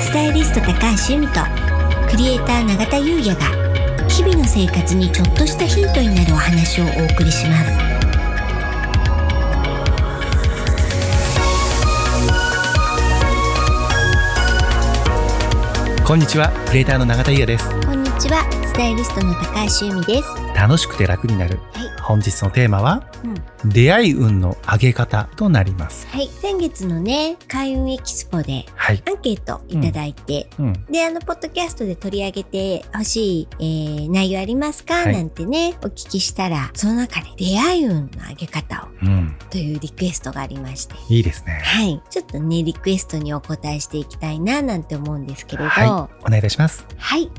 スタイリスト高橋由美とクリエイター永田優也が日々の生活にちょっとしたヒントになるお話をお送りしますこんにちは、クリエイターの永田優也です。こんにちはスタイリストの高橋由美ですは楽しくて楽になる。い、本日のテーマは、うん出会い運の上げ方となります。はい、先月のね開運エキスポではい。アンケートいただいて、うん。であのポッドキャストで取り上げてほしい、えー内容ありますか、はいなんてねお聞きしたらその中で出会い運の上げ方をうん。というリクエストがありましていいですね。はい。ちょっとね、リクエストにお答えしていきたいな、なんて思うんですけれど、は。はいお願いいたします。縁っ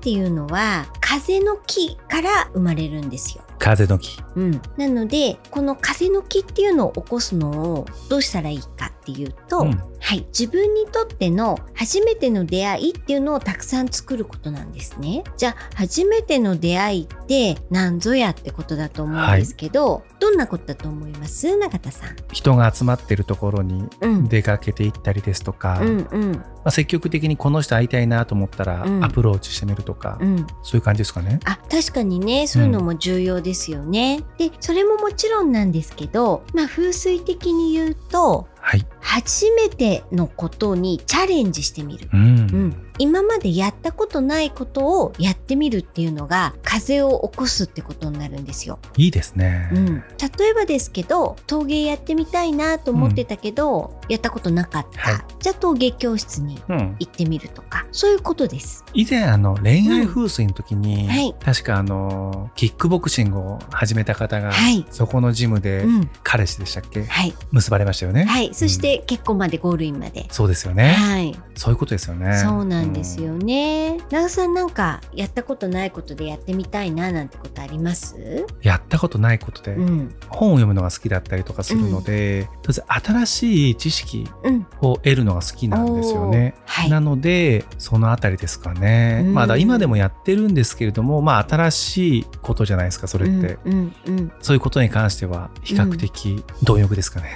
ていうのは、風の木から生まれるんですよ。風の木。うん。なので、この風の木っていうのを起こすのをどうしたらいいかっていうと、うんはい。自分にとっての初めての出会いっていうのをたくさん作ることなんですね。じゃあ、初めての出会いって何ぞやってことだと思うんですけど、どんなことだと思います永田さん。人が集まってるところにうん。出かけていったりですとか、うんまうんあ、積極的にこの人会いたいなと思ったらうんアプローチしてみるとか、うんそういう感じですかね。あ確かにねそういうのも重要ですよね。でそれももちろんなんですけど、まあ、風水的に言うとはい。初めてのことにチャレンジしてみる。うん。うん、今までやったことないことをやってみるっていうのが風を起こすってことになるんですよ。いいですね。うん、例えばですけど陶芸やってみたいなと思ってたけど、やったことなかった、はいじゃあ陶芸教室にうん行ってみるとかそういうことです。以前あの恋愛風水の時に、うんはい確かあのキックボクシングを始めた方が、はいそこのジムでうん彼氏でしたっけはい結ばれましたよね、はい、そして結婚までゴールインまで。そうですよね、はいそういうことですよねそうなんですようんね。長田さんなんかやったことないことでやってみたいななんてことあります？やったことないことで、うん本を読むのが好きだったりとかするので、とりあえず新しい知識うん。を得るのが好きなんですよねおーはいなのでそのあたりですかね、うんまあだから今でもやってるんですけれどもまあ新しいことじゃないですかそれって、うんうんうん。そういうことに関しては比較的貪欲ですかね、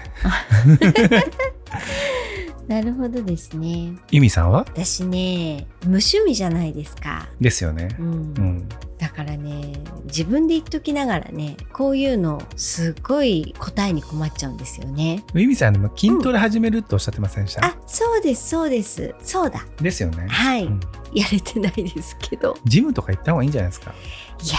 なるほどですね。ユミさんは私ね無趣味じゃないですか。ですよね。うんうん。だからね自分で言っときながらねこういうのすごい答えに困っちゃうんですよね。ゆみさん、あの筋トレ始めるっておっしゃってませんでしたあ、そうですそうですそうだですよね。はい、うんやれてないですけどジムとか行った方がいいんじゃないですか。いや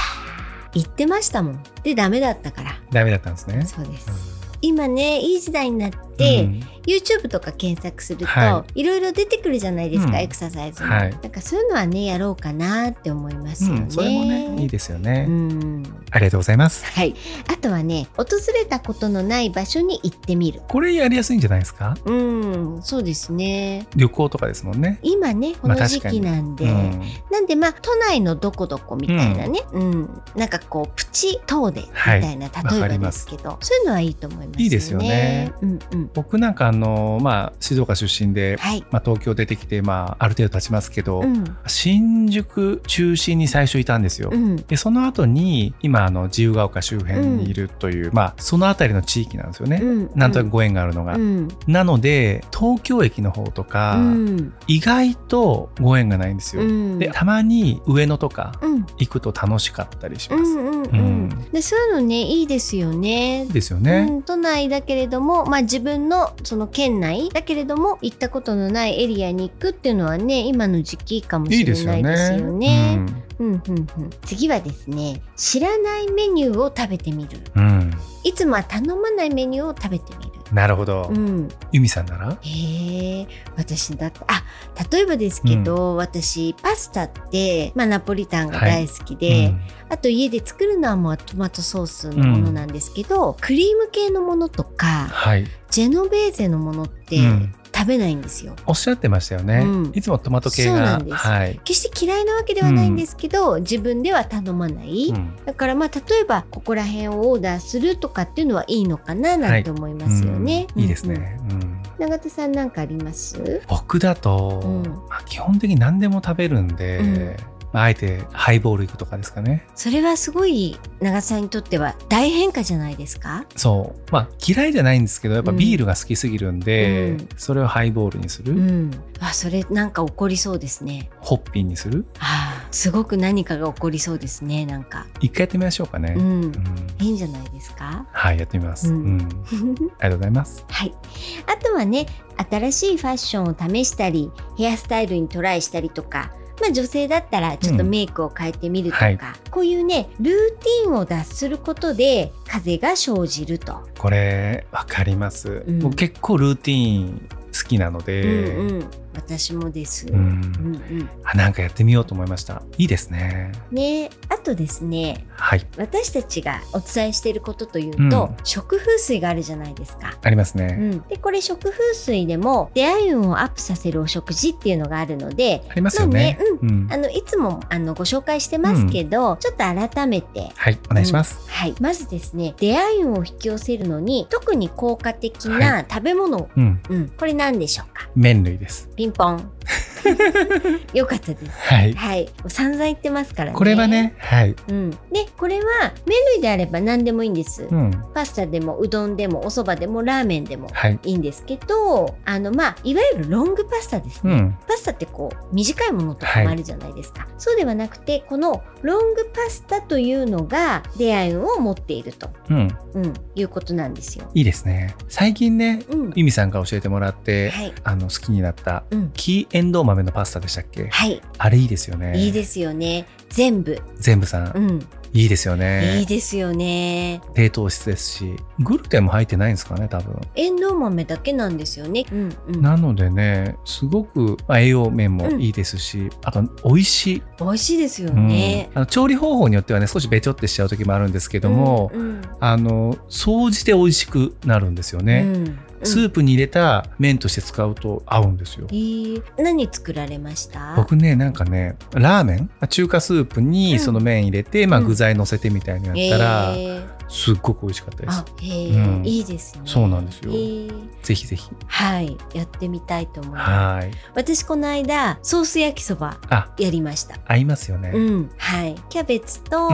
ー言ってましたもんでダメだったからダメだったんですね。そうです、うん今ねいい時代になって、うん YouTube とか検索すると、、はいろいろ出てくるじゃないですか、うんエクササイズも、はいなんかそういうのはねやろうかなって思いますようね、ん、それもね、いいですよね。うんありがとうございます。はいあとはね訪れたことのない場所に行ってみるこれやりやすいんじゃないですか。うんそうですね旅行とかですもんね。今ねこまあの時確かに期なんで、うんなんでまあ都内のどこどこみたいなね、うんなんかこうプチ遠出みたいな、わか例えりばでますすけどそういうのはいいと思いますよね。いいですよねうんうん、僕なんかあの、まあ、静岡出身で、はい、まあ、東京出てきて、まあ、ある程度経ちますけど、うん新宿中心に最初いたんですよ。うんでその後に今あの自由が丘周辺にいるという、まあその辺りの地域なんですよね、うん、なんとなくご縁があるのが、うんなので東京駅の方とか、うん意外とご縁がないんですよ、うんでたまに上野とかうん行くと楽しかったりしうます、んうんううんんでそういうのねいいですよね。ですよね、うん、都内だけれども、まあ、自分のその県内だけれども行ったことのないエリアに行くっていうのはね今の時期かもいしいでれすなよいですねよね。うんうんうん次はですね知らないメニューを食べてみるうん、うんいつもは頼まないメニューを食べてみる。なるほど、うん、ユミさんならへえ私だってあ例えばですけど、私パスタって、まあ、ナポリタンが大好きで、うんあと家で作るのはもうトマトソースのものなんですけど、クリーム系のものとかはいジェノベーゼのものってうん食べないんですよ。おっしゃってましたよね、うんいつもトマト系そうながんですはい、決して嫌いなわけではないんですけど、自分では頼まない、うんだからまあ例えばここら辺をオーダーするとかっていうのはいいのかななんて思いますよね。うんいいですうんうん。ね、うん永田さんなんかあります？僕だと、うんまあ基本的に何でも食べるんで、うんまあ、あえてハイボール行くとかですかね。それはすごい長田さんにとっては大変化じゃないですかそう。まあ、嫌いじゃないんですけど、やっぱうんビールが好きすぎるんで、うんそれをハイボールにする、うん。あ、それなんか起こりそうですね。ホッピーにする、あーすごく何かが起こりそうですね、なんか。一回やってみましょうかね。ううんん。いいんじゃないですかはい、やってみます、ううんん。ありがとうございます。はい。あとはね、新しいファッションを試したり、ヘアスタイルにトライしたりとか、まあ女性だったらちょっとメイクを変えてみるとか、はいこういうね、ルーティンを脱することで風が生じると。これ、わかります、うん僕結構ルーティン好きなので、うんうん。私もです。ううんんうん、あなんかやってみようと思いました。いいですね。ねあとですねはい。私たちがお伝えしていることというと、うん食風水があるじゃないですか。ありますうね。ん、でこれ食風水でも出会い運をアップさせるお食事っていうのがあるのでありますよね。まあねうん。あのいつもあのご紹介してますけど、ちょっと改めて、はい、お願いします。はい、まずですね出会い運を引き寄せるのに特に効果的な食べ物、うん。うん、これ何でしょうか麺類です。ピンポ ンよかったです。はい。はい、もう散々言ってますからね。これはね、はい。うん、でこれは麺類であれば何でもいいんです、うん。パスタでもうどんでもお蕎麦でもラーメンでもはい。いいんですけどあのまあいわゆるロングパスタですうね、ん。パスタってこう短いものとかもあるじゃないですか、そうではなくてこのロングパスタというのが出会い運を持っていると、うん。うん、いうことなんですよ。いいですね。最近ね、うん、はゆみさんから教えてもらって、い、あの、好きになった、うんキーエンドウ豆のパスタでしたっけはいあれいいですよね。いいですよね全部、全部さん、うんいいですよいいね。ですよね低糖質ですし、グルテンも入ってないんですかね、多分。エンドウ豆だけなんですよね。うんうん、なのでね、すごくまあ栄養面もうんいいですし、あと美味しい、美味しいですようんね。あの調理方法によってはね、少しべちょってしちゃう時もあるんですけども、うんうんあの総じて美味しくなるんですよね、うんスープに入れた麺として使うと合うんですよえー何作られました僕ねなんかねラーメン中華スープうんにその麺入れて、まあ、うん具材乗せてみたいなのえやったら、ーすっごく美味しかったであすえーうんいいですねそうなんですよえーぜひぜひはいやってみたいと思いますはーい私この間ソース焼きそばあやりました合いますよね、うんはいキャベツと、うえん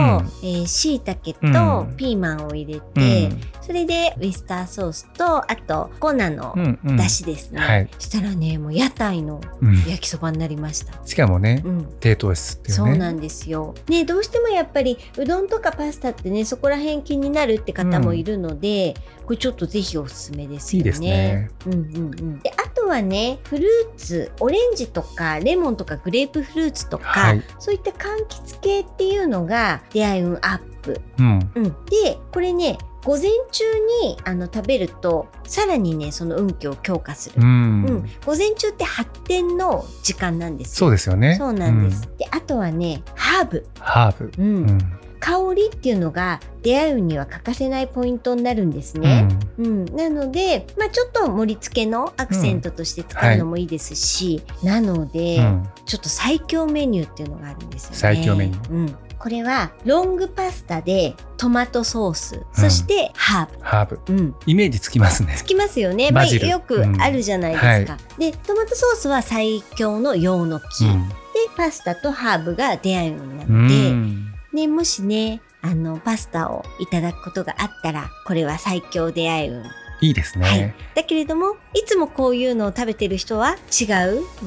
ー、しいたけとうんピーマンを入れうんて、それでウィスターソースとあと粉のうんうんだしですね、はいしたらねもう屋台のうん焼きそばになりました、しかもねうん、低糖質っていうねそうなんですよ、ね、どうしてもやっぱりうどんとかパスタってねそこら辺気になるって方もいるので、これちょっとぜひおすすめですいいよね。ですねうんうんうん、であとはねフルーツオレンジとかレモンとかグレープフルーツとか、はい、そういった柑橘系っていうのが出会い運アップ、うん、うん、でこれね午前中にあの食べるとさらにねその運気を強化するう、んうん、午前中って発展の時間なんですよそうですよねそうなんです。、で、あとはね、ハーブ、うんハーブ、うんうん香りっていうのが出会うには欠かせないポイントになるんですうね。んうん、なので、まあ、ちょっと盛り付けのアクセントとして使うのもいいですし、なので、うんちょっと最強メニューっていうのがあるんですよね。最強メニュー。うん、これはロングパスタでトマトソース、そしてハーハーブブ。うんイメージつきますねつきますよね、まあ、バジルよくあるじゃないですか、でトマトソースは最強の洋の木、うんでパスタとハーブが出会い運なうので、んね、もしねあのパスタをいただくことがあったらこれは最強出会い運いいですね、だけれどもいつもこういうのを食べてる人は違う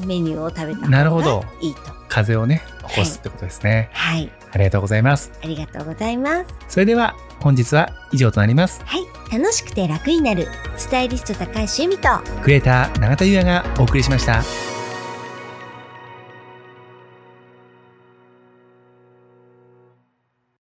メニューを食べたなる方ほがどいいと風邪をね起こすってことですね、はいありがとうございますありがとうございますそれでは本日は以上となりますはい楽しくて楽になるスタイリスト高橋由美とクリエイター永田優也がお送りしました